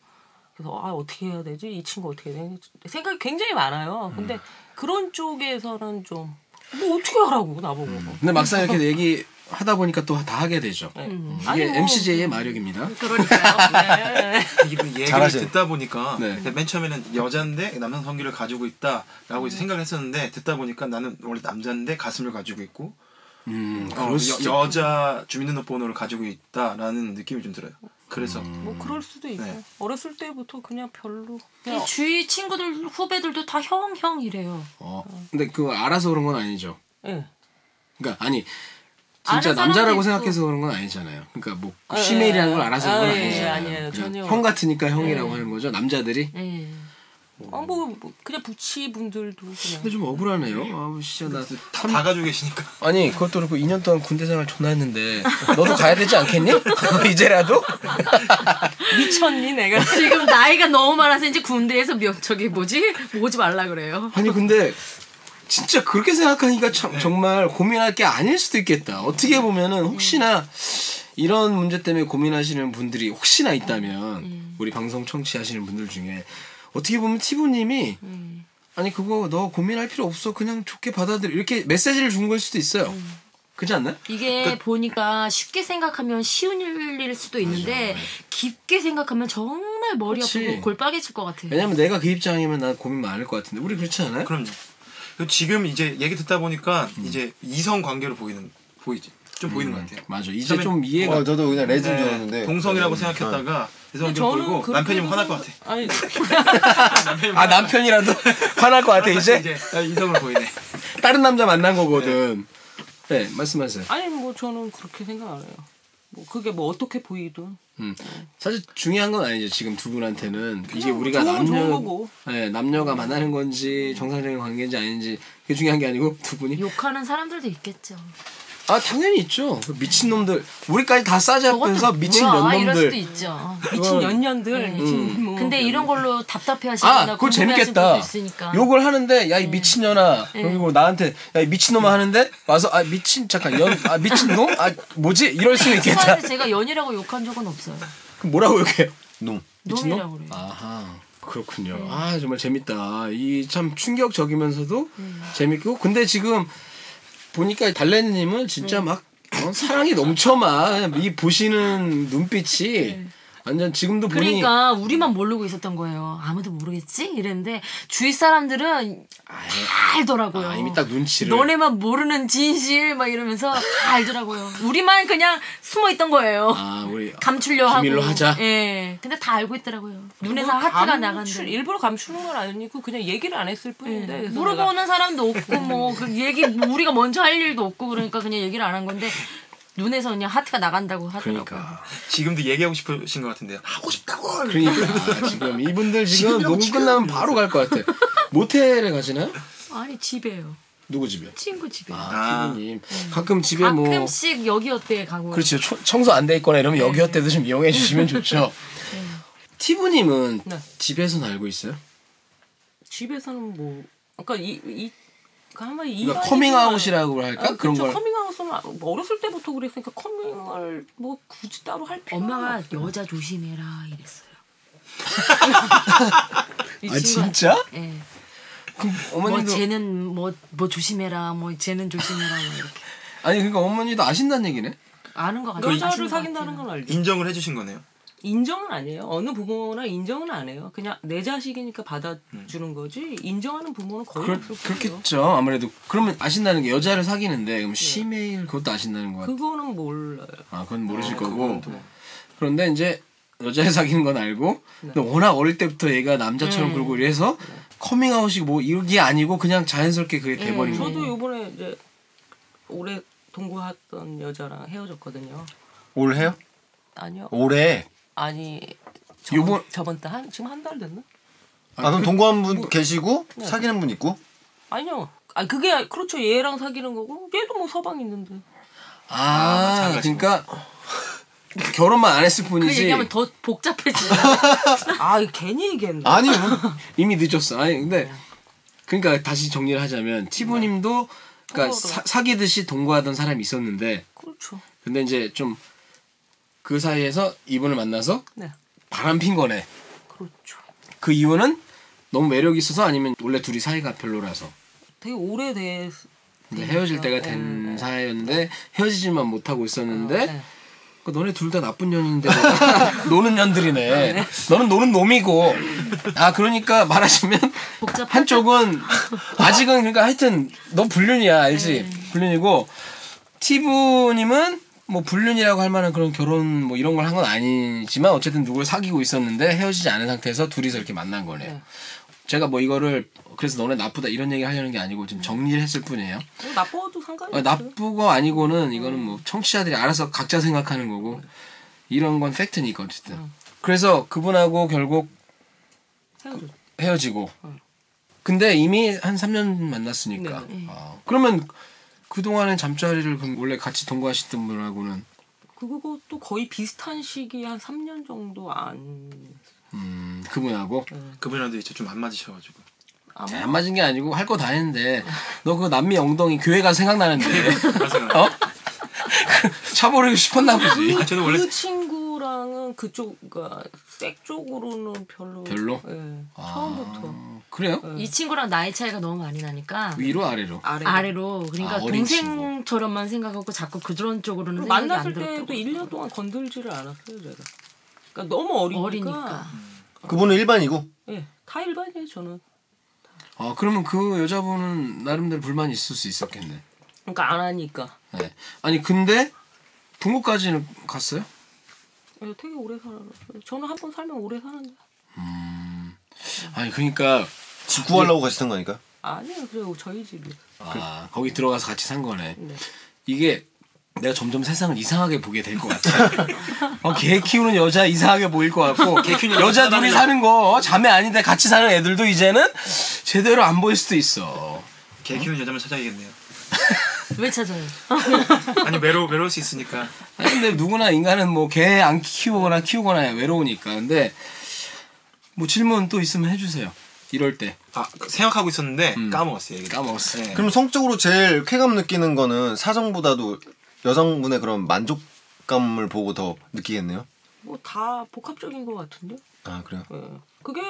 Speaker 10: 그래서 아 어떻게 해야 되지? 이 친구 어떻게 해야 되지? 생각이 굉장히 많아요. 근데
Speaker 1: 음.
Speaker 10: 그런 쪽에서는 좀 뭐 어떻게 하라고 나보고.
Speaker 1: 근데 막상 이렇게 얘기 하다 보니까 또 다 하게 되죠.
Speaker 10: 음.
Speaker 1: 이게
Speaker 10: 아니, 뭐. 음.
Speaker 1: MCJ의 마력입니다.
Speaker 10: 네.
Speaker 3: 이분 얘기를
Speaker 1: 잘하시네.
Speaker 3: 듣다 보니까
Speaker 1: 네.
Speaker 3: 근데 맨 처음에는 여잔데 남성 성기를 가지고 있다라고
Speaker 10: 음.
Speaker 3: 이제 생각을 했었는데 듣다 보니까 나는 원래 남잔데 가슴을 가지고 있고
Speaker 1: 음,
Speaker 3: 어,
Speaker 1: 그럴 수도
Speaker 3: 여, 여자 주민등록번호를 가지고 있다라는 느낌이 좀 들어요. 그래서
Speaker 1: 음.
Speaker 10: 뭐 그럴 수도 있고
Speaker 3: 네.
Speaker 10: 어렸을 때부터 그냥 별로
Speaker 4: 이 주위 친구들 후배들도 다 형형이래요.
Speaker 1: 어. 근데 그거 알아서 그런 건 아니죠.
Speaker 4: 네.
Speaker 10: 예.
Speaker 1: 그러니까 아니
Speaker 4: 아는
Speaker 1: 진짜
Speaker 4: 사람도
Speaker 1: 남자라고
Speaker 4: 있고.
Speaker 1: 생각해서 그런 건 아니잖아요. 그러니까 뭐
Speaker 10: 아,
Speaker 1: 시메일이라는
Speaker 10: 예,
Speaker 1: 걸
Speaker 10: 예.
Speaker 1: 알아서
Speaker 10: 아,
Speaker 1: 그런 건
Speaker 10: 예, 예,
Speaker 1: 아니잖아요.
Speaker 10: 아니에요.
Speaker 1: 그냥
Speaker 10: 전혀. 예.
Speaker 1: 형 같으니까 형이라고 하는 거죠. 남자들이.
Speaker 4: 예.
Speaker 10: 아, 뭐, 뭐 그냥 부치 분들도
Speaker 1: 근데
Speaker 10: 그냥
Speaker 1: 좀 억울하네요. 아, 진짜 나
Speaker 3: 다, 다 가지고 계시니까
Speaker 1: 아니 그것도 그렇고 2년 동안 군대 생활 존나 했는데 너도 가야 되지 않겠니? 이제라도?
Speaker 10: 미쳤니 내가
Speaker 4: 지금 나이가 너무 많아서 이제 군대에서 몇 저기 뭐지 오지 말라 그래요.
Speaker 1: 아니 근데 진짜 그렇게 생각하니까 참 정말 고민할 게 아닐 수도 있겠다. 어떻게 보면은 혹시나 이런 문제 때문에 고민하시는 분들이 혹시나 있다면 우리 방송 청취하시는 분들 중에 어떻게 보면 티브님이 아니 그거 너 고민할 필요 없어 그냥 좋게 받아들여 이렇게 메시지를 준 걸 수도 있어요. 그렇지 않나요?
Speaker 4: 이게 보니까 쉽게 생각하면 쉬운 일일 수도 있는데 깊게 생각하면 정말 머리
Speaker 1: 네. 그치.
Speaker 4: 아프고 골빠개질 것 같아. 요
Speaker 1: 왜냐면 내가 그 입장이면 난 고민 많을 것 같은데 우리 그렇지 않아요?
Speaker 3: 그럼요. 그리고 지금 이제 얘기 듣다 보니까
Speaker 1: 음.
Speaker 3: 이제 이성 관계로 보이는 보이지 좀 보이는 것 같아요.
Speaker 1: 맞아 이제 좀 이해가
Speaker 2: 어, 저도 그냥 레진
Speaker 3: 네, 아.
Speaker 2: 줄 알았는데
Speaker 3: 동성이라고 생각했다가 이성 관계로 보이고 남편이면 화날 것 같아.
Speaker 10: 아니
Speaker 1: 아 남편이라도 화날 것 같아 이제
Speaker 3: 이제 아, 이성으로 보이네.
Speaker 1: 다른 남자 만난 거거든. 네 말씀하세요.
Speaker 10: 아니 뭐 저는 그렇게 생각 안 해요. 뭐 그게 뭐 어떻게 보이든
Speaker 1: 음. 사실 중요한 건 아니죠. 지금 두 분한테는 이게
Speaker 10: 그냥
Speaker 1: 우리가
Speaker 10: 좋은 건 좋은
Speaker 1: 남녀
Speaker 10: 거고.
Speaker 1: 네, 남녀가 만나는 건지 정상적인 관계인지 아닌지 그게 중요한 게 아니고 두 분이
Speaker 4: 욕하는 사람들도 있겠죠.
Speaker 1: 아 당연히 있죠. 미친 놈들 우리까지 다 싸지 앞에서 미친
Speaker 4: 뭐야, 아, 이럴 수도
Speaker 1: 년놈들. 음.
Speaker 4: 있죠. 네, 음.
Speaker 10: 미친 연년들 미친 뭐
Speaker 4: 근데 이런 걸로 답답해하시거나
Speaker 1: 아, 그거
Speaker 4: 궁금해하시는
Speaker 1: 재밌겠다.
Speaker 4: 분도 있으니까. 네.
Speaker 1: 욕을 하는데 야 이 미친년아. 그리고 나한테 야 이 미친놈아 하는데 와서 아 미친 잠깐 연 아 미친놈? 아 뭐지? 이럴 수는 있겠다.
Speaker 4: 수아한테 제가 연이라고 욕한 적은 없어요.
Speaker 1: 그럼 뭐라고 욕해요?
Speaker 2: 놈.
Speaker 4: 놈이라고 그래요.
Speaker 1: 아하 그렇군요. 아 정말 재밌다. 이 참 충격적이면서도 재밌고 근데 지금 보니까 달래님은 진짜 막 어, 사랑이 넘쳐만 이 보시는 눈빛이 완전 지금도 보니
Speaker 4: 그러니까 우리만 모르고 있었던 거예요. 아무도 모르겠지? 이랬는데 주위 사람들은 다 알더라고요.
Speaker 1: 아, 이미 딱 눈치를
Speaker 4: 너네만 모르는 진실 막 이러면서 다 알더라고요. 우리만 그냥 숨어 있던 거예요.
Speaker 1: 아 우리
Speaker 4: 감추려 하고.
Speaker 1: 비밀로 하자.
Speaker 4: 예. 근데 다 알고 있더라고요. 눈에서
Speaker 10: 뭐
Speaker 4: 하트가
Speaker 10: 감출-
Speaker 4: 나간다.
Speaker 10: 일부러 감추는 건 아니고 그냥 얘기를 안 했을 뿐인데
Speaker 4: 예.
Speaker 10: 그래서 내가
Speaker 4: 물어보는 사람도 없고 뭐 그 얘기 뭐 우리가 먼저 할 일도 없고 그러니까 그냥 얘기를 안 한 건데 눈에서 그냥 하트가 나간다고 하더라고요.
Speaker 1: 그러니까
Speaker 3: 지금도 얘기하고 싶으신 것 같은데요. 하고 싶다고.
Speaker 1: 그러니까 아, 지금 이분들 지금 녹음 끝나면 바로 갈 것 같아. 모텔에 가시나요?
Speaker 4: 아니 집에요.
Speaker 1: 누구 집에?
Speaker 4: 친구 집에. 요
Speaker 1: 아,
Speaker 3: 아.
Speaker 1: 피디님. 가끔 집에 뭐
Speaker 4: 가끔씩 여기 어때 가고.
Speaker 1: 그렇죠. 초- 청소 안 돼 있거나 이러면 여기 어때도 좀 이용해 주시면 좋죠. 티브님은
Speaker 10: 네.
Speaker 1: 집에서는 알고 있어요?
Speaker 10: 집에서는 뭐 그러니까 이이 한마디 이
Speaker 1: 그러니까 커밍아웃이라고 할까?
Speaker 10: 아,
Speaker 1: 그런
Speaker 10: 그렇죠.
Speaker 1: 걸.
Speaker 10: 커밍아웃은 아- 뭐 어렸을 때부터 그랬으니까 커밍을 뭐 굳이 따로 할 필요
Speaker 4: 엄마가 여자 조심해라 이랬어요. 이
Speaker 1: 아
Speaker 4: 친구가-
Speaker 1: 진짜?
Speaker 4: 예.
Speaker 1: 그럼
Speaker 4: 뭐
Speaker 1: 어머니도
Speaker 4: 쟤는 뭐 뭐 조심해라 뭐 쟤는 조심해라 뭐 이렇게
Speaker 1: 아니 그러니까 어머니도 아신다는 얘기네.
Speaker 4: 아는 것 같아요.
Speaker 10: 여자를
Speaker 4: 아시는 것
Speaker 10: 사귄다는
Speaker 4: 그 같아요.
Speaker 10: 건 알죠.
Speaker 3: 인정을 해주신 거네요.
Speaker 10: 인정은 아니에요. 어느 부모나 인정은 안 해요. 그냥 내 자식이니까 받아주는 거지. 인정하는 부모는 거의
Speaker 1: 음. 그렇,
Speaker 10: 없을 거예요.
Speaker 1: 그렇겠죠. 아무래도 그러면 아신다는 게 여자를 사귀는데 그럼 시메일 그것도 아신다는 거야.
Speaker 10: 그거는 몰라요.
Speaker 1: 아 그건 모르실
Speaker 3: 어,
Speaker 1: 거고.
Speaker 3: 그건 또.
Speaker 1: 그런데 이제 여자를 사귀는 건 알고 근데 워낙 어릴 때부터 얘가 남자처럼 굴고 이래서 커밍아웃이 뭐 이게 아니고 그냥 자연스럽게 그게 돼버린 거고.
Speaker 10: 네, 저도 요번에 이제 올해 동거했던 여자랑 헤어졌거든요.
Speaker 2: 올해요?
Speaker 10: 아니요.
Speaker 2: 올해
Speaker 10: 아니 저번,
Speaker 1: 요번-
Speaker 10: 저번 달 한, 지금 한 달 됐나?
Speaker 11: 아 그럼 동거한 분 계시고
Speaker 4: 네.
Speaker 11: 사귀는 분 있고?
Speaker 10: 아니요. 아 그게 그렇죠. 얘랑 사귀는 거고 얘도 뭐 서방 있는데.
Speaker 1: 아, 그러니까 결혼만 안 했을
Speaker 10: 그
Speaker 1: 뿐이지.
Speaker 10: 얘기하면 더 복잡해지. 아 이거 괜히 얘기했네.
Speaker 1: 아니 이미 늦었어. 아니
Speaker 10: 네.
Speaker 1: 근데 그러니까 다시 정리를 하자면 티브님도
Speaker 10: 네.
Speaker 1: 그러니까
Speaker 10: 어,
Speaker 1: 사, 사귀듯이 동거하던 사람이 있었는데
Speaker 10: 그렇죠.
Speaker 1: 근데 이제 좀 그 사이에서 이분을 만나서
Speaker 10: 네.
Speaker 1: 바람핀 거네.
Speaker 10: 그렇죠.
Speaker 1: 그 이유는 너무 매력이 있어서 아니면 원래 둘이 사이가 별로라서
Speaker 10: 되게 오래돼.
Speaker 1: 근데 네, 헤어질 때가 된 사이였는데 헤어지지만 못하고 있었는데 그 너네 둘 다 나쁜 년인데 뭐 노는 아, 년들이네. 너는 노는 놈이고 아 그러니까 말하시면 한쪽은 아직은 그러니까 하여튼 너 불륜이야 알지 불륜이고 티브님은 뭐 불륜이라고 할 만한 그런 결혼 뭐 이런 걸 한 건 아니지만 어쨌든 누굴 사귀고 있었는데 헤어지지 않은 상태에서 둘이서 이렇게 만난 거네요. 제가 뭐 이거를 그래서 너네 나쁘다 이런 얘기 하려는 게 아니고 지금 정리를 했을 뿐이에요.
Speaker 10: 어, 나빠도 상관이
Speaker 1: 어,
Speaker 10: 없어요.
Speaker 1: 나쁘고 아니고는 이거는 뭐 청취자들이 알아서 각자 생각하는 거고 이런 건 팩트니까 어쨌든. 그래서 그분하고 결국
Speaker 10: 헤어졌죠.
Speaker 1: 헤어지고. 근데 이미 한 3년 만났으니까. 아, 그러면 그동안은 잠자리를 그럼 원래 같이 동거하시던 분하고는
Speaker 10: 그것도 거의 비슷한 시기 한 3년 정도 안.
Speaker 1: 음, 그분하고
Speaker 3: 그분이랑도 이제 좀 안 맞으셔가지고
Speaker 10: 안
Speaker 1: 안 맞은 게 아니고 할 거 다 했는데 너 그거 남미 엉덩이 교회 가 생각나는데 어? 차버리고 싶었나 보지.
Speaker 10: 그 친구랑은 그쪽 그러니까 섹 쪽으로는 별로.
Speaker 1: 별로?
Speaker 10: 예.
Speaker 1: 아.
Speaker 10: 처음부터.
Speaker 1: 그래요?
Speaker 4: 이 친구랑 나이 차이가 너무 많이 나니까
Speaker 1: 위로 아래로.
Speaker 4: 아래로, 그러니까
Speaker 1: 아, 어린
Speaker 4: 동생처럼만 생각하고 자꾸 그런 쪽으로는
Speaker 10: 그리고
Speaker 4: 생각이 안
Speaker 10: 만났을
Speaker 4: 들었다고
Speaker 10: 때도 1년 동안 건들지를 않았어요 제가. 그러니까 너무 어리니까.
Speaker 4: 어리니까.
Speaker 11: 그분은 일반이고?
Speaker 10: 예, 다 일반이에요 저는.
Speaker 1: 아 그러면 그 여자분은 나름대로 불만이 있을 수 있었겠네.
Speaker 10: 그러니까 안 하니까.
Speaker 1: 네. 아니 근데 동구까지는 갔어요?
Speaker 10: 예, 되게 오래 살아요. 저는 한 번 살면 오래 사는데.
Speaker 1: 아니 그러니까
Speaker 11: 집 구하려고 가시던 거니까.
Speaker 10: 아니요, 그래요 저희 집이.
Speaker 1: 아 거기 들어가서 같이 산 거네.
Speaker 10: 네.
Speaker 1: 이게 내가 점점 세상을 이상하게 보게 될 것 같아. 어, 개 키우는 여자 이상하게 보일 것 같고
Speaker 10: 개 키우는
Speaker 1: 여자
Speaker 10: 여자
Speaker 1: 둘이
Speaker 10: 사람이야.
Speaker 1: 사는 거 어, 자매 아닌데 같이 사는 애들도 이제는 제대로 안 보일 수도 있어.
Speaker 3: 개 키우는 여자만 찾아야겠네요.
Speaker 4: 왜 찾아요?
Speaker 3: 아니 외로 외로울 수 있으니까
Speaker 1: 아니, 근데 누구나 인간은 뭐 개 안 키우거나 키우거나 외로우니까. 근데 뭐 질문 또 있으면 해주세요. 이럴 때.
Speaker 3: 아 생각하고 있었는데 음. 까먹었어요. 얘기를.
Speaker 1: 까먹었어.
Speaker 3: 네.
Speaker 11: 그럼 성적으로 제일 쾌감 느끼는 거는 사정보다도 여성분의 그런 만족감을 보고 더 느끼겠네요.
Speaker 10: 뭐 다 복합적인 것 같은데. 예.
Speaker 11: 아 그래요.
Speaker 10: 그게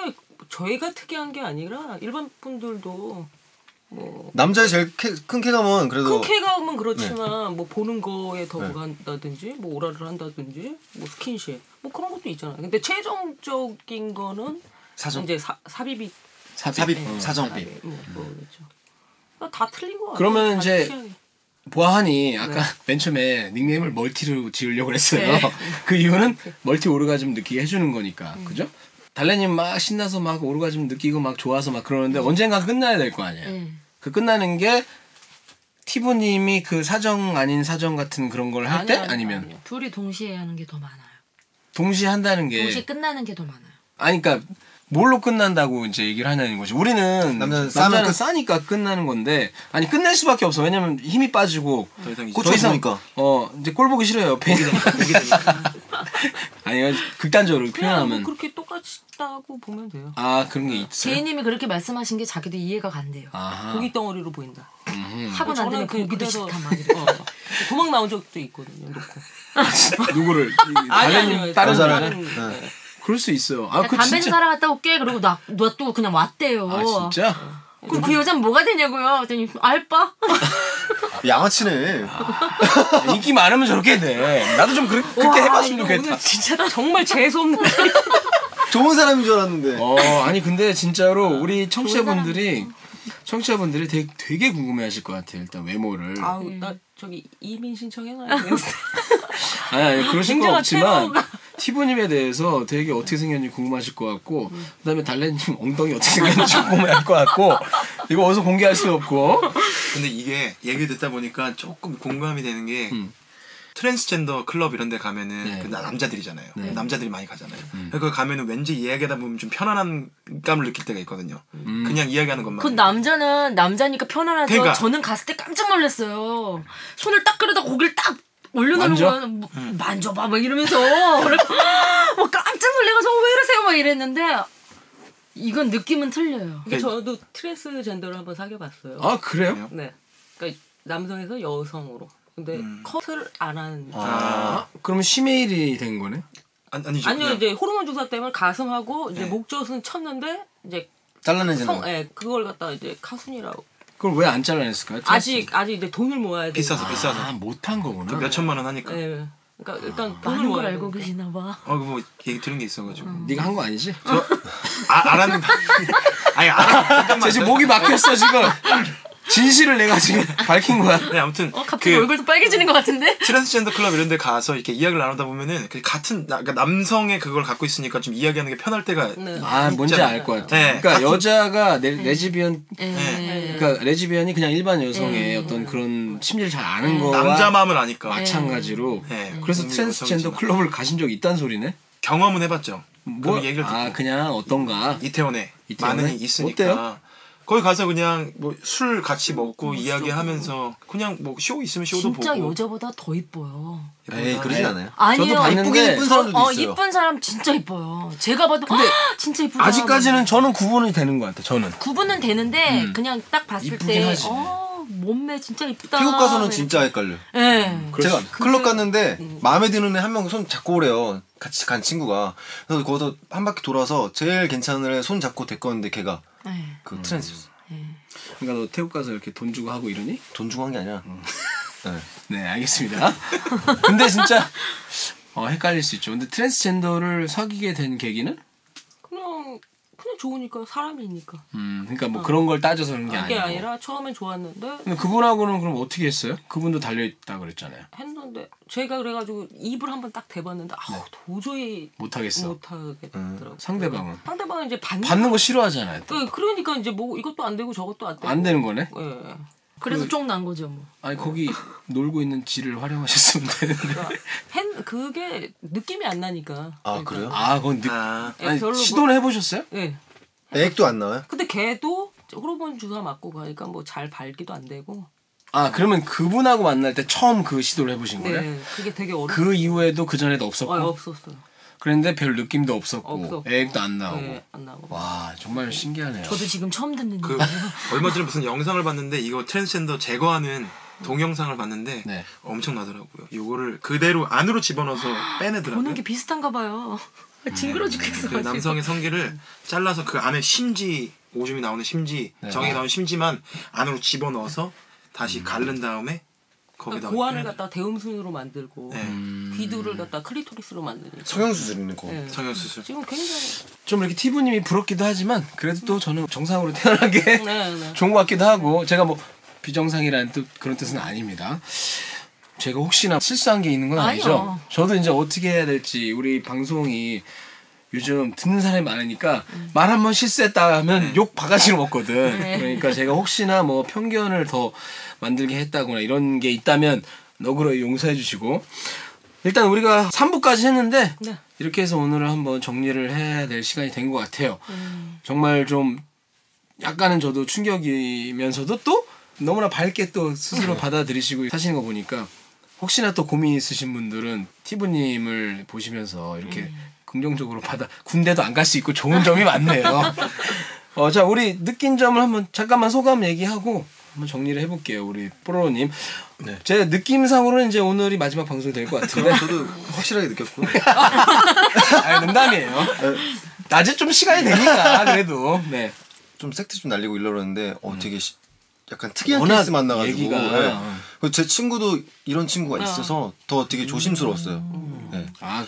Speaker 10: 저희가 특이한 게 아니라 일반 분들도 뭐
Speaker 11: 남자의 제일 쾌- 큰 쾌감은 그래도
Speaker 1: 뭐
Speaker 10: 큰 쾌감은 그렇지만
Speaker 1: 네.
Speaker 10: 뭐 보는 거에 더 간다든지 뭐 오라를 한다든지 뭐 스킨십 뭐 그런 것도 있잖아요. 근데 최종적인 거는
Speaker 11: 사정?
Speaker 10: 이제 사, 삽입이
Speaker 1: 삽입,
Speaker 4: 네.
Speaker 1: 음.
Speaker 10: 삽입, 뭐 그거겠죠. 그러니까 다 틀린 거 같아요.
Speaker 1: 그러면
Speaker 10: 다
Speaker 1: 이제
Speaker 10: 취향이.
Speaker 1: 보아하니 아까
Speaker 4: 네.
Speaker 1: 맨 처음에 닉네임을 멀티로 지으려고 했어요.
Speaker 10: 네.
Speaker 1: 그 이유는 멀티 오르가즘 느끼게 해주는 거니까.
Speaker 4: 음.
Speaker 1: 그죠? 달래님 막 신나서 막 오르가즘 느끼고 막 좋아서 막 그러는데
Speaker 4: 음.
Speaker 1: 언젠가 끝나야 될 거 아니에요. 그 끝나는 게 티브님이 그 사정 아닌 사정 같은 그런 걸 할 때?
Speaker 4: 아니요, 아니요,
Speaker 1: 아니면
Speaker 4: 아니요. 둘이 동시에 하는 게 더 많아요.
Speaker 1: 동시에 한다는 게
Speaker 4: 동시에 끝나는 게 더 많아요.
Speaker 1: 아니 그러니까 뭘로 끝난다고 이제 얘기를 하냐는 거지. 우리는
Speaker 11: 남자는
Speaker 1: 남자는,
Speaker 11: 싸면 끝.
Speaker 1: 싸니까 끝나는 건데 아니 끝낼 수밖에 없어. 왜냐면 힘이 빠지고
Speaker 3: 더 이상
Speaker 1: 그
Speaker 3: 이제
Speaker 11: 꽂혀보니까.
Speaker 1: 어 이제 꼴 보기 싫어요. 옆에 있는 아니 극단적으로
Speaker 10: 그냥 뭐
Speaker 1: 표현하면
Speaker 10: 그렇게 똑같다고 보면 돼요.
Speaker 1: 아 그런 게 있어요.
Speaker 4: 제이님이 그렇게 말씀하신 게 자기도 이해가 간대요.
Speaker 1: 아하.
Speaker 10: 고기 덩어리로 보인다.
Speaker 1: 음.
Speaker 4: 하고 난 다음에
Speaker 10: 저는 그-
Speaker 4: 고기도
Speaker 10: 그래서-
Speaker 4: 싫다 막
Speaker 10: 어, 도망 나온 적도 있거든요. 놓고.
Speaker 1: 누구를
Speaker 10: 아니,
Speaker 1: 다른
Speaker 10: 아니요. 네.
Speaker 1: 다른
Speaker 10: 여자를.
Speaker 1: 사람 그럴 수 있어요. 아 그
Speaker 4: 담배 는
Speaker 1: 진짜
Speaker 4: 사러 갔다 올게. 그리고 나, 놔두고 그냥 왔대요.
Speaker 1: 아 진짜
Speaker 4: 그럼 그 여자는 뭐가 되냐고요? 그랬더니 알바?
Speaker 11: 양아치네.
Speaker 1: 인기 많으면 저렇게 돼. 나도 좀 그렇, 그렇게 해봤으면 좋겠다.
Speaker 10: 진짜 정말 재수없는
Speaker 11: 좋은 사람인 줄 알았는데.
Speaker 1: 어, 아니 근데 진짜로 우리 청취자분들이 청취자분들이 되게, 되게 궁금해하실 것 같아요. 일단 외모를.
Speaker 10: 아우 나 저기 이민 신청해놔야 돼.
Speaker 1: 아니, 아니 그러실 건
Speaker 10: 굉장한
Speaker 1: 없지만
Speaker 10: 테러가.
Speaker 1: 티브님에 대해서 되게 어떻게 생겼는지 궁금하실 것 같고 그다음에 달래님 엉덩이 어떻게 생겼는지 궁금해할 것 같고 이거 어디서 공개할 수 없고
Speaker 3: 음. 근데 이게 얘기 듣다 보니까 조금 공감이 되는 게 트랜스젠더 클럽 이런 데 가면은 그 나- 남자들이잖아요.
Speaker 1: 네.
Speaker 3: 남자들이 많이 가잖아요. 그러니까 그거 가면은 왠지 이야기하다 보면 좀 편안한 감을 느낄 때가 있거든요. 그냥 이야기하는 것만.
Speaker 4: 그 남자는 남자니까 편안하죠.
Speaker 3: 그러니까.
Speaker 4: 저는 갔을 때 깜짝 놀랐어요. 손을 딱 끌어다 고기를 딱 올려놓는
Speaker 3: 만져?
Speaker 4: 거야. 뭐, 만져봐 막 이러면서 그래서 막 깜짝 놀래가지고 "어, 왜 이러세요 막 이랬는데 이건 느낌은 틀려요.
Speaker 10: 근데 저도 트랜스젠더를 한번 사귀어봤어요.
Speaker 1: 네. 아, 그래요?
Speaker 10: 네. 그러니까 남성에서 여성으로. 근데 컷을 안 하는.
Speaker 1: 음. 아, 그럼 심해일이 된 거네?
Speaker 3: 아니,
Speaker 10: 아니요 이제 호르몬 주사 때문에 가슴하고
Speaker 1: 네.
Speaker 10: 이제 목젖은 쳤는데 이제
Speaker 1: 잘라내잖아요.
Speaker 10: 성- 예, 그걸 갖다 이제 카순이라고.
Speaker 1: 그걸 왜 안 잘라냈을까요?
Speaker 10: 아직 아직 이제 돈을 모아야 돼.
Speaker 3: 비싸서 비싸서.
Speaker 1: 아, 못한 거구나.
Speaker 3: 몇 천만 원 하니까.
Speaker 4: 네.
Speaker 10: 예. 그러니까 일단 돈을
Speaker 4: 많은 걸
Speaker 10: 모아야
Speaker 4: 알고 계시나 봐.
Speaker 3: 어, 그뭐 얘기 들은 게 있어가지고.
Speaker 4: 음.
Speaker 1: 네가 한 거 아니지?
Speaker 3: 저 아, 알았는데. 아니, 알았.
Speaker 1: 쟤 지금 목이 막혔어, 지금. 진실을 내가 지금 밝힌 거야.
Speaker 3: 네, 아무튼
Speaker 4: 어, 갑자기 얼굴도 빨개지는 것 같은데?
Speaker 3: 트랜스젠더 클럽 이런 데 가서 이렇게 이야기를 나누다 보면은 그 같은 나- 그러니까 남성의 그걸 갖고 있으니까 좀 이야기하는 게 편할 때가
Speaker 4: 네.
Speaker 1: 아, 뭔지 알 것 같아.
Speaker 3: 네.
Speaker 1: 그러니까 여자가 레, 레즈비언,
Speaker 10: 네.
Speaker 1: 그러니까 레즈비언이 그냥 일반 여성의 어떤 그런 심리를 잘 아는 거와
Speaker 3: 남자 네. 마음을 아니까
Speaker 1: 네. 마찬가지로.
Speaker 3: 음,
Speaker 1: 그래서 트랜스젠더 클럽을 가신 적이 있다는 소리네?
Speaker 3: 경험은 해봤죠.
Speaker 1: 뭐,
Speaker 3: 얘기를
Speaker 1: 아, 그냥 어떤가?
Speaker 3: 이태원에,
Speaker 1: 이태원에?
Speaker 3: 많은 이 있으니까
Speaker 1: 어때요? 뭐
Speaker 3: 거기 가서 그냥 뭐 술 같이 먹고 이야기하면서 그냥 뭐 쇼 있으면 쇼도
Speaker 4: 진짜
Speaker 3: 보고
Speaker 4: 여자보다 더 이뻐요.
Speaker 11: 에이 그러진
Speaker 1: 네.
Speaker 11: 않아요.
Speaker 4: 아니요.
Speaker 11: 이쁘긴 이쁜 사람도
Speaker 4: 어,
Speaker 11: 있어요.
Speaker 4: 이쁜 사람 진짜 이뻐요. 제가 봐도 헉, 진짜 이쁘다.
Speaker 1: 아직까지는 저는 구분이 되는 것 같아, 저는.
Speaker 4: 구분은 되는데
Speaker 1: 음.
Speaker 4: 그냥 딱 봤을
Speaker 1: 이쁘긴
Speaker 4: 때
Speaker 1: 하지.
Speaker 4: 어, 몸매 진짜 이쁘다.
Speaker 11: 태국 가서는
Speaker 4: 막
Speaker 11: 진짜 헷갈려.
Speaker 4: 예.
Speaker 11: 제가 클럽 갔는데 마음에 드는 애 한 명 손 잡고 오래요. 같이 간 친구가. 그래서 거기서 한 바퀴 돌아서 제일 괜찮은 애 손 잡고 데꼬는데 걔가 그 트랜스.
Speaker 1: 그러니까 너 태국 가서 이렇게 돈 주고 하고 이러니? 음.
Speaker 11: 돈 주고 한 게 아니야. 네.
Speaker 1: 알겠습니다. 근데 진짜 어, 헷갈릴 수 있죠. 근데 트랜스젠더를 사귀게 된 계기는?
Speaker 10: 그냥 그냥 좋으니까 사람이니까.
Speaker 1: 음, 그러니까 뭐 그런 걸 따져서 그런 게
Speaker 10: 그게
Speaker 1: 아니고.
Speaker 10: 아니라 처음엔 좋았는데
Speaker 1: 근데 그분하고는 그럼 어떻게 했어요? 그분도 달려있다 그랬잖아요.
Speaker 10: 했는데 제가 그래가지고 입을 한번 딱 대봤는데 아우 도저히
Speaker 1: 못하겠어. 음,
Speaker 10: 못하게
Speaker 1: 네. 상대방은
Speaker 10: 상대방은 이제 받는,
Speaker 1: 받는 거 싫어하잖아요.
Speaker 10: 예, 그러니까 이제 뭐 이것도 안 되고 저것도 안 되고
Speaker 1: 안 되는 거네.
Speaker 10: 예.
Speaker 4: 그래서 쫑 난 거죠 뭐.
Speaker 1: 아니 거기 놀고 있는 지를 활용하셨으면 되는데.
Speaker 10: 그러니까 팬 그게 느낌이 안 나니까. 그러니까.
Speaker 11: 아 그래요?
Speaker 1: 아 그건 느...
Speaker 10: 예, 별로 뭐-
Speaker 1: 해보셨어요?
Speaker 10: 예.
Speaker 11: 액도 안 나와요?
Speaker 10: 근데 걔도 호르몬 주사 맞고 가니까 뭐 잘 발기도 안 되고.
Speaker 1: 아 그러면 그분하고 만날 때 처음 그 시도를 해보신 거예요?
Speaker 10: 네. 그게 되게 어려.
Speaker 1: 그 이후에도 그 전에도 없었고.
Speaker 10: 아, 없었어요.
Speaker 1: 그랬는데 별 느낌도 없었고
Speaker 10: 없었고.
Speaker 1: 애익도 안 나오고.
Speaker 10: 예, 안 나오고.
Speaker 1: 와 정말 신기하네요.
Speaker 4: 저도 지금 처음 듣는
Speaker 3: 그 얼마 전에 무슨 영상을 봤는데 이거 트랜스젠더 제거하는 동영상을 봤는데
Speaker 1: 네.
Speaker 3: 엄청나더라고요. 이거를 그대로 안으로 집어넣어서 빼내더라고요.
Speaker 4: 보는 게 비슷한가 봐요.
Speaker 11: 음.
Speaker 4: 징그러 죽겠어.
Speaker 3: 그 남성의 성기를 잘라서 그 안에 심지 오줌이 나오는 심지
Speaker 1: 네.
Speaker 3: 정이 나오는 심지만 안으로 집어넣어서 다시 갈른 다음에 거기다
Speaker 10: 그러니까 그 고환을
Speaker 3: 빼내-
Speaker 10: 갖다 대음순으로 만들고 귀두를 갖다 클리토리스로 만드는.
Speaker 11: 네. 성형수술이네 그거.
Speaker 10: 예.
Speaker 3: 성형수술.
Speaker 10: 지금 굉장히.
Speaker 1: 좀 이렇게 티브님이 부럽기도 하지만 그래도 또 저는 정상으로 태어난 게
Speaker 10: 네, 네.
Speaker 1: 좋은 것 같기도 하고 제가 뭐 비정상이라는 뜻 그런 뜻은 아닙니다. 제가 혹시나 실수한 게 있는 건 아니죠.
Speaker 10: 아니요.
Speaker 1: 저도 이제 어떻게 해야 될지 우리 방송이 요즘 듣는 사람이 많으니까 말 한 번 실수했다 하면 욕 바가지로 먹거든.
Speaker 10: 음. 네.
Speaker 1: 그러니까 제가 혹시나 뭐 편견을 더 만들게 했다거나 이런 게 있다면 너그러이 용서해 주시고 일단 우리가 3부까지 했는데
Speaker 10: 네.
Speaker 1: 이렇게 해서 오늘은 한번 정리를 해야 될 시간이 된 것
Speaker 10: 네.
Speaker 1: 같아요. 정말 좀 약간은 저도 충격이면서도 또 너무나 밝게 또 스스로 받아들이시고 하시는 거 보니까 혹시나 또 고민 있으신 분들은 티브님을 보시면서 이렇게 긍정적으로 받아 군대도 안 갈 수 있고 좋은 점이 많네요. 어, 자 우리 느낀 점을 한번 잠깐만 소감 얘기하고 한번 정리를 해볼게요. 우리 뽀로로님. 제 느낌상으로는 이제 오늘이 마지막 방송이 될 것 같은데. 저도
Speaker 11: 확실하게 느꼈고.
Speaker 1: 아 농담이에요. 낮에 좀 시간이 되니까 그래도 네.
Speaker 11: 좀 섹트 좀 날리고 이러는데 어 되게 시- 약간 특이한
Speaker 1: 음. 워낙
Speaker 11: 케이스 만나가지고
Speaker 1: 얘기가-
Speaker 11: 예.
Speaker 1: 어.
Speaker 11: 그제 친구도 이런 친구가
Speaker 1: 어.
Speaker 11: 있어서 더
Speaker 10: 음.
Speaker 11: 되게 조심스러웠어요. 예.
Speaker 1: 아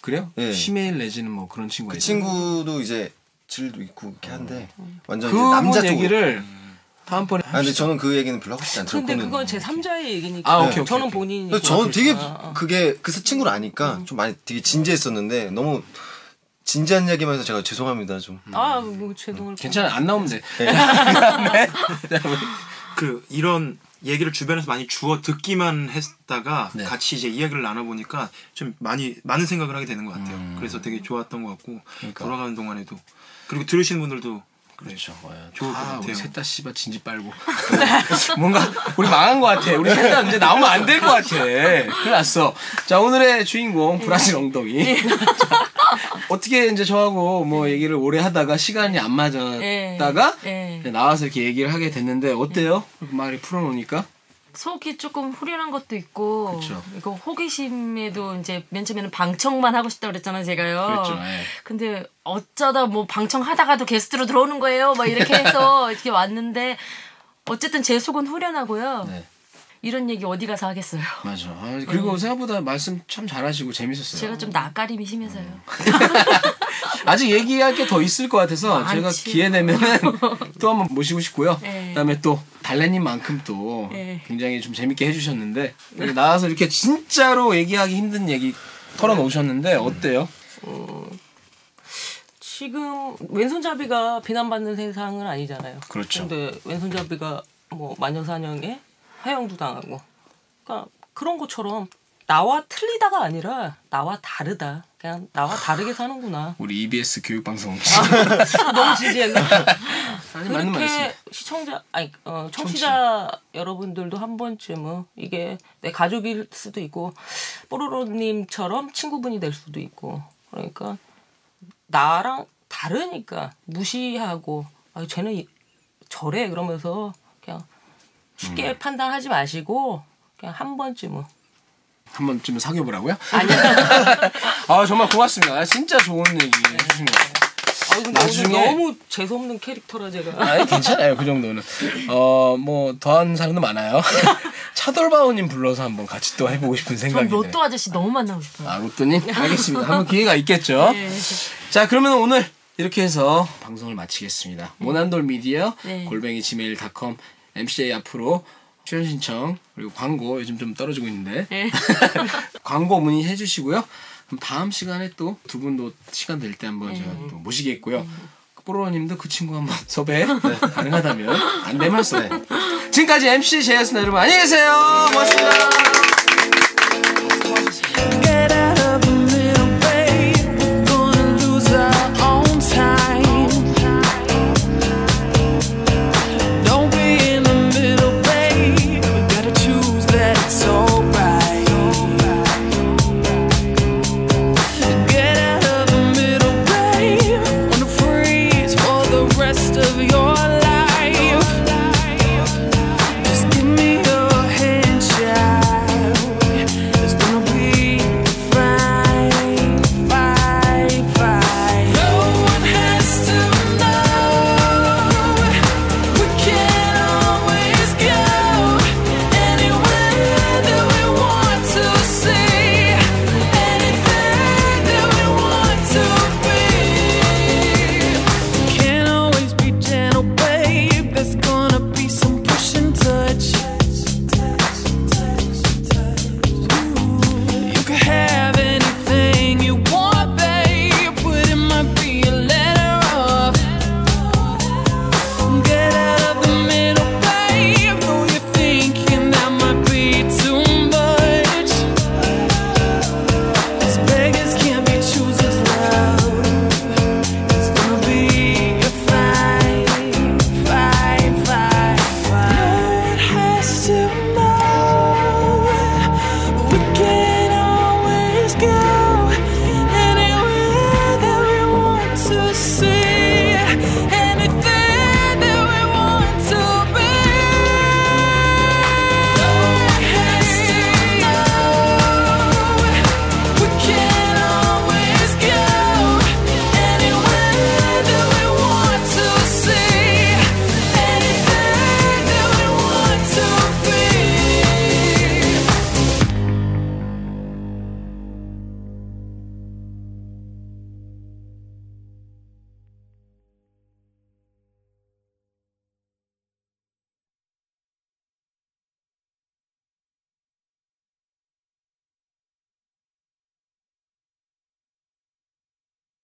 Speaker 1: 그래요?
Speaker 11: 예.
Speaker 1: 심해일 내지는 뭐 그런 친구가
Speaker 11: 그
Speaker 1: 있어요?
Speaker 11: 친구도 이제 질도 있고 이렇게 한데
Speaker 10: 음.
Speaker 11: 완전 이제
Speaker 1: 그분
Speaker 11: 남자 쪽으로.
Speaker 1: 얘기를 다음번에
Speaker 11: 아 근데 저는 그 얘기는 별로 하고 싶지 않죠.
Speaker 10: 근데 그건 제 3자의 얘기니까.
Speaker 11: 아, 오케이, 오케이,
Speaker 10: 저는 본인이. 어,
Speaker 11: 그래서 저는 되게 그게 그 친구를 아니까
Speaker 10: 음.
Speaker 11: 좀 많이 되게 진지했었는데 너무 진지한 이야기만 해서 제가 죄송합니다 좀.
Speaker 10: 아, 뭐 제동을.
Speaker 1: 괜찮아 안 나오면 돼.
Speaker 3: 그 이런 얘기를 주변에서 많이 주워 듣기만 했다가 같이 이제 이야기를 나눠보니까 좀 많이 많은 생각을 하게 되는 것 같아요. 그래서 되게 좋았던 것 같고 돌아가는 동안에도 그리고 들으신 분들도 그렇죠. 좋을 것
Speaker 1: 아,
Speaker 3: 같아요.
Speaker 1: 우리 셋다 씨발 진지 빨고 뭔가 우리 망한 것 같아. 우리 셋다 이제 나오면 안 될 것 같아. 큰일 났어. 자 오늘의 주인공 브라질 엉덩이. 자, 어떻게 이제 저하고 뭐 얘기를 오래 하다가 시간이 안 맞았다가
Speaker 4: 예.
Speaker 1: 이제 나와서 이렇게 얘기를 하게 됐는데 어때요? 말이 풀어놓으니까
Speaker 4: 속이 조금 후련한 것도 있고
Speaker 1: 그쵸.
Speaker 4: 이거 호기심에도 이제 맨 처음에는 방청만 하고 싶다 그랬잖아요 제가요.
Speaker 1: 그랬죠, 예.
Speaker 4: 근데 어쩌다 뭐 방청하다가도 게스트로 들어오는 거예요. 막 이렇게 해서 이렇게 왔는데 어쨌든 제 속은 후련하고요.
Speaker 1: 네.
Speaker 4: 이런 얘기 어디 가서 하겠어요.
Speaker 1: 맞아. 아, 그리고 생각보다 말씀 참 잘하시고 재밌었어요.
Speaker 4: 네. 제가 좀 낯가림이 심해서요.
Speaker 1: 아직 얘기할 게 더 있을 것 같아서
Speaker 4: 많지.
Speaker 1: 제가 기회 되면은 또 한번 모시고 싶고요.
Speaker 4: 네.
Speaker 1: 그다음에 또 달래님만큼 또
Speaker 4: 네.
Speaker 1: 굉장히 좀 재밌게 해주셨는데 여기 나와서 이렇게 진짜로 얘기하기 힘든 얘기 털어놓으셨는데 어때요?
Speaker 10: 지금 왼손잡이가 비난받는 세상은 아니잖아요.
Speaker 1: 그렇죠.
Speaker 10: 근데 왼손잡이가 뭐 마녀사냥에 화형도 당하고. 그러니까 그런 것처럼 나와 틀리다가 아니라 나와 다르다. 그냥 나와 다르게 사는구나.
Speaker 1: 우리 EBS 교육방송
Speaker 4: 아.
Speaker 10: 너무 진지했나?
Speaker 1: 아니, 맞는 말씀이에요.
Speaker 10: 그렇게 시청자 아니 어, 청취자 여러분들도 한 번쯤은 이게 내 가족일 수도 있고 뽀로로님처럼 친구분이 될 수도 있고 그러니까 나랑 다르니까 무시하고 아 쟤는 이- 저래 그러면서 그냥 쉽게
Speaker 1: 음.
Speaker 10: 판단하지 마시고 그냥 한 번쯤은
Speaker 1: 한 번쯤 사귀어보라고요? 아니요. 아 정말 고맙습니다. 아, 진짜 좋은 얘기 해주신 것 같아요.
Speaker 10: 아 근데
Speaker 1: 나중에-
Speaker 10: 오늘 너무 재수없는 캐릭터라 제가
Speaker 1: 아니 괜찮아요 그 정도는 어뭐 더한 사람도 많아요 차돌바오님 불러서 한번 같이 또 해보고 싶은
Speaker 4: 전뭐
Speaker 1: 생각이 드네요
Speaker 4: 로또 아저씨 너무 만나고 싶어요.
Speaker 1: 아 로또님 알겠습니다 한번 기회가 있겠죠
Speaker 4: 네.
Speaker 1: 자 그러면 오늘 이렇게 해서 방송을 마치겠습니다 모난돌 미디어
Speaker 4: 네.
Speaker 1: 골뱅이 지메일닷컴 MCJ 앞으로 출연 신청 그리고 광고 요즘 좀 떨어지고 있는데
Speaker 4: 네.
Speaker 1: 광고 문의 해주시고요 그럼 다음 시간에 또 두 분도 시간 될 때
Speaker 4: 네.
Speaker 1: 한번 제가 또 모시겠고요 뽀로로님도 그 친구 한번 섭외
Speaker 4: 네.
Speaker 1: 가능하다면 안 되면 써 지금까지 MC 제이였습니다 여러분 안녕히 계세요 고맙습니다